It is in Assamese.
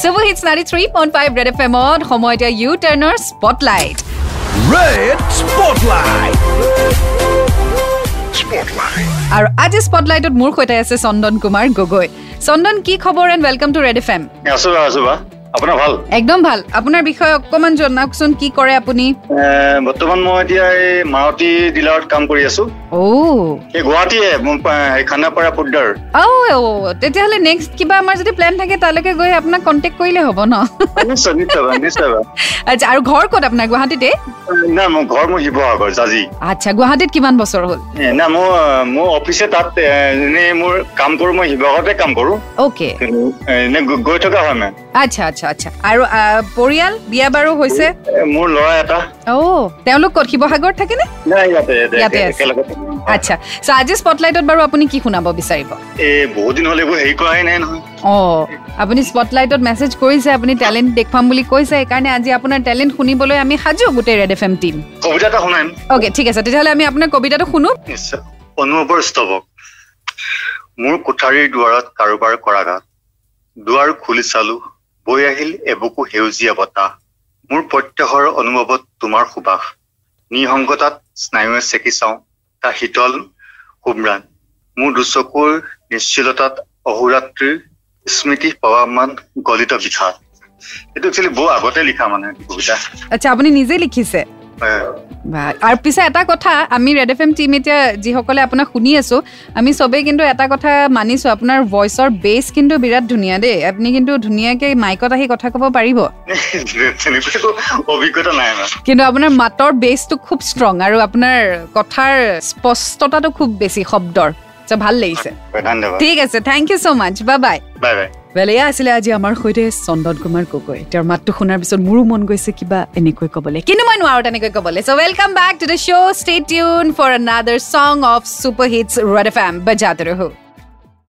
চুপাৰ হিটছ নাৰী three point five red F এমত সময় এতিয়া ইউ টাৰ্ণৰ স্পটলাইট Red Spotlight. Spotlight. আৰু আজি স্পটলাইটত মোৰ সৈতে আছে চন্দন কুমাৰ গগৈ চন্দন কি খবৰ and welcome to red F M আছো বা আছো বা আপোনাৰ ভাল একদম ভাল আপোনাৰ বিষয়ে অকণমান জনাওকচোন কি কৰে আপুনি এ, বৰ্তমান মই এতিয়া এই মাৰুতি ডিলাৰত কাম কৰি আছো অ' এই গুৱাহাটীয়ে মোৰ পা- এই খানাপাৰা পুদ্দাৰ অ' তেতিয়াহ'লে নেক্সট কিবা আমাৰ যদি প্লেন থাকে তালৈকে গৈ আপোনাক কণ্টেক্ট কৰিলে হ'ব ন নিশ্চয় নিশ্চয় বা নিশ্চয় বা আচ্ছা আৰু ঘৰ ক'ত আপোনাৰ গুৱাহাটীতে না মোৰ ঘৰ মোৰ শিৱসাগৰ জাজি আচ্ছা গুৱাহাটীত কিমান বছৰ হ'ল এ, না মোৰ আহ, মোৰ অফিচে তাত এ, এনেই মোৰ কাম কৰো মই শিৱসাগৰতে কাম কৰো অ'কে এ, এনে গ- গৈ থকা হয় মানে আচ্ছা আচ্ছা আচ্ছা আৰু আ, পৰিয়াল বিয়া বাৰু হৈছে এ, মোৰ ল'ৰা এটা অ' তেওঁলোক ক'ত শিৱসাগৰত থাকেনে নাই ইয়াতে ইয়াতে, ইয়াতে আছে। একেলগতে আচ্ছা চ' আজি স্পটলাইটত বাৰু আপুনি কি শুনাব বিচাৰিব এই বহুত দিন হ'ল এইবোৰ হেৰি কৰাই নাই নহয় অ' আপুনি স্পটলাইটত মেছেজ কৰিছে আপুনি টেলেণ্ট দেখুৱাম বুলি কৈছে সেইকাৰণে আজি আপোনাৰ টেলেণ্ট শুনিবলৈ আমি সাজু গোটেই ৰেড এফ এম টিম কবিতা এটা শুনাম অ'কে ঠিক আছে তেতিয়াহ'লে আমি আপোনাৰ কবিতাটো শুনো নিশ্চয় অনুভৱৰ স্তৱক মোৰ কোঠাৰীৰ দুৱাৰত কাৰোবাৰ কৰাঘাত দুৱাৰ খুলি চালো বৈ আহিল এবুকু সেউজীয়া বতাহ মোৰ প্ৰত্যাহৰ অনুভৱত তোমাৰ সুবাস নিসংগতাত স্নায়ুৱে চেকি চাওঁ তাৰ শীতল সুম্ৰাণ মোৰ দুচকুৰ নিশ্চলতাত অহোৰাত্ৰিৰ স্মৃতি প্ৰৱাহমান গলিত বিষাদ এইটো একচুৱেলি বহু আগতে লিখা মানে এইটো কবিতা আচ্ছা আপুনি নিজে লিখিছে হয়। বা আৰু পিছে এটা কথা আমি ৰেড এফ এম টিম এতিয়া যিসকলে আপোনাক শুনি আছো আমি চবেই কিন্তু এটা কথা মানিছো আপোনাৰ ভইচৰ বেছ কিন্তু বিৰাট ধুনীয়া দেই আপুনি কিন্তু ধুনীয়াকে মাইকত আহি কথা ক'ব পাৰিব তেনেকুৱা একো অভিজ্ঞতা নাই মানে কিন্তু আপোনাৰ মাতৰ বেছটো খুব ষ্ট্ৰং আৰু আপোনাৰ কথাৰ স্পষ্টতাটো খুব বেছি শব্দৰ So, ভাল লাগিছে ধন্যবাদ ঠিক আছে থেংক ইউ ছ' মাছ বা বাই বাই বাই ৱেল এয়া আছিলে আজি আমাৰ সৈতে চন্দন কুমাৰ গগৈ তেওঁৰ মাতটো শুনাৰ পিছত মোৰো মন গৈছে কিবা এনেকৈ ক'বলৈ কিন্তু মই নোৱাৰো তেনেকৈ ক'বলৈ so' welcome back to the show' stay tune for another song of super hits red F M বাজাতে ৰহো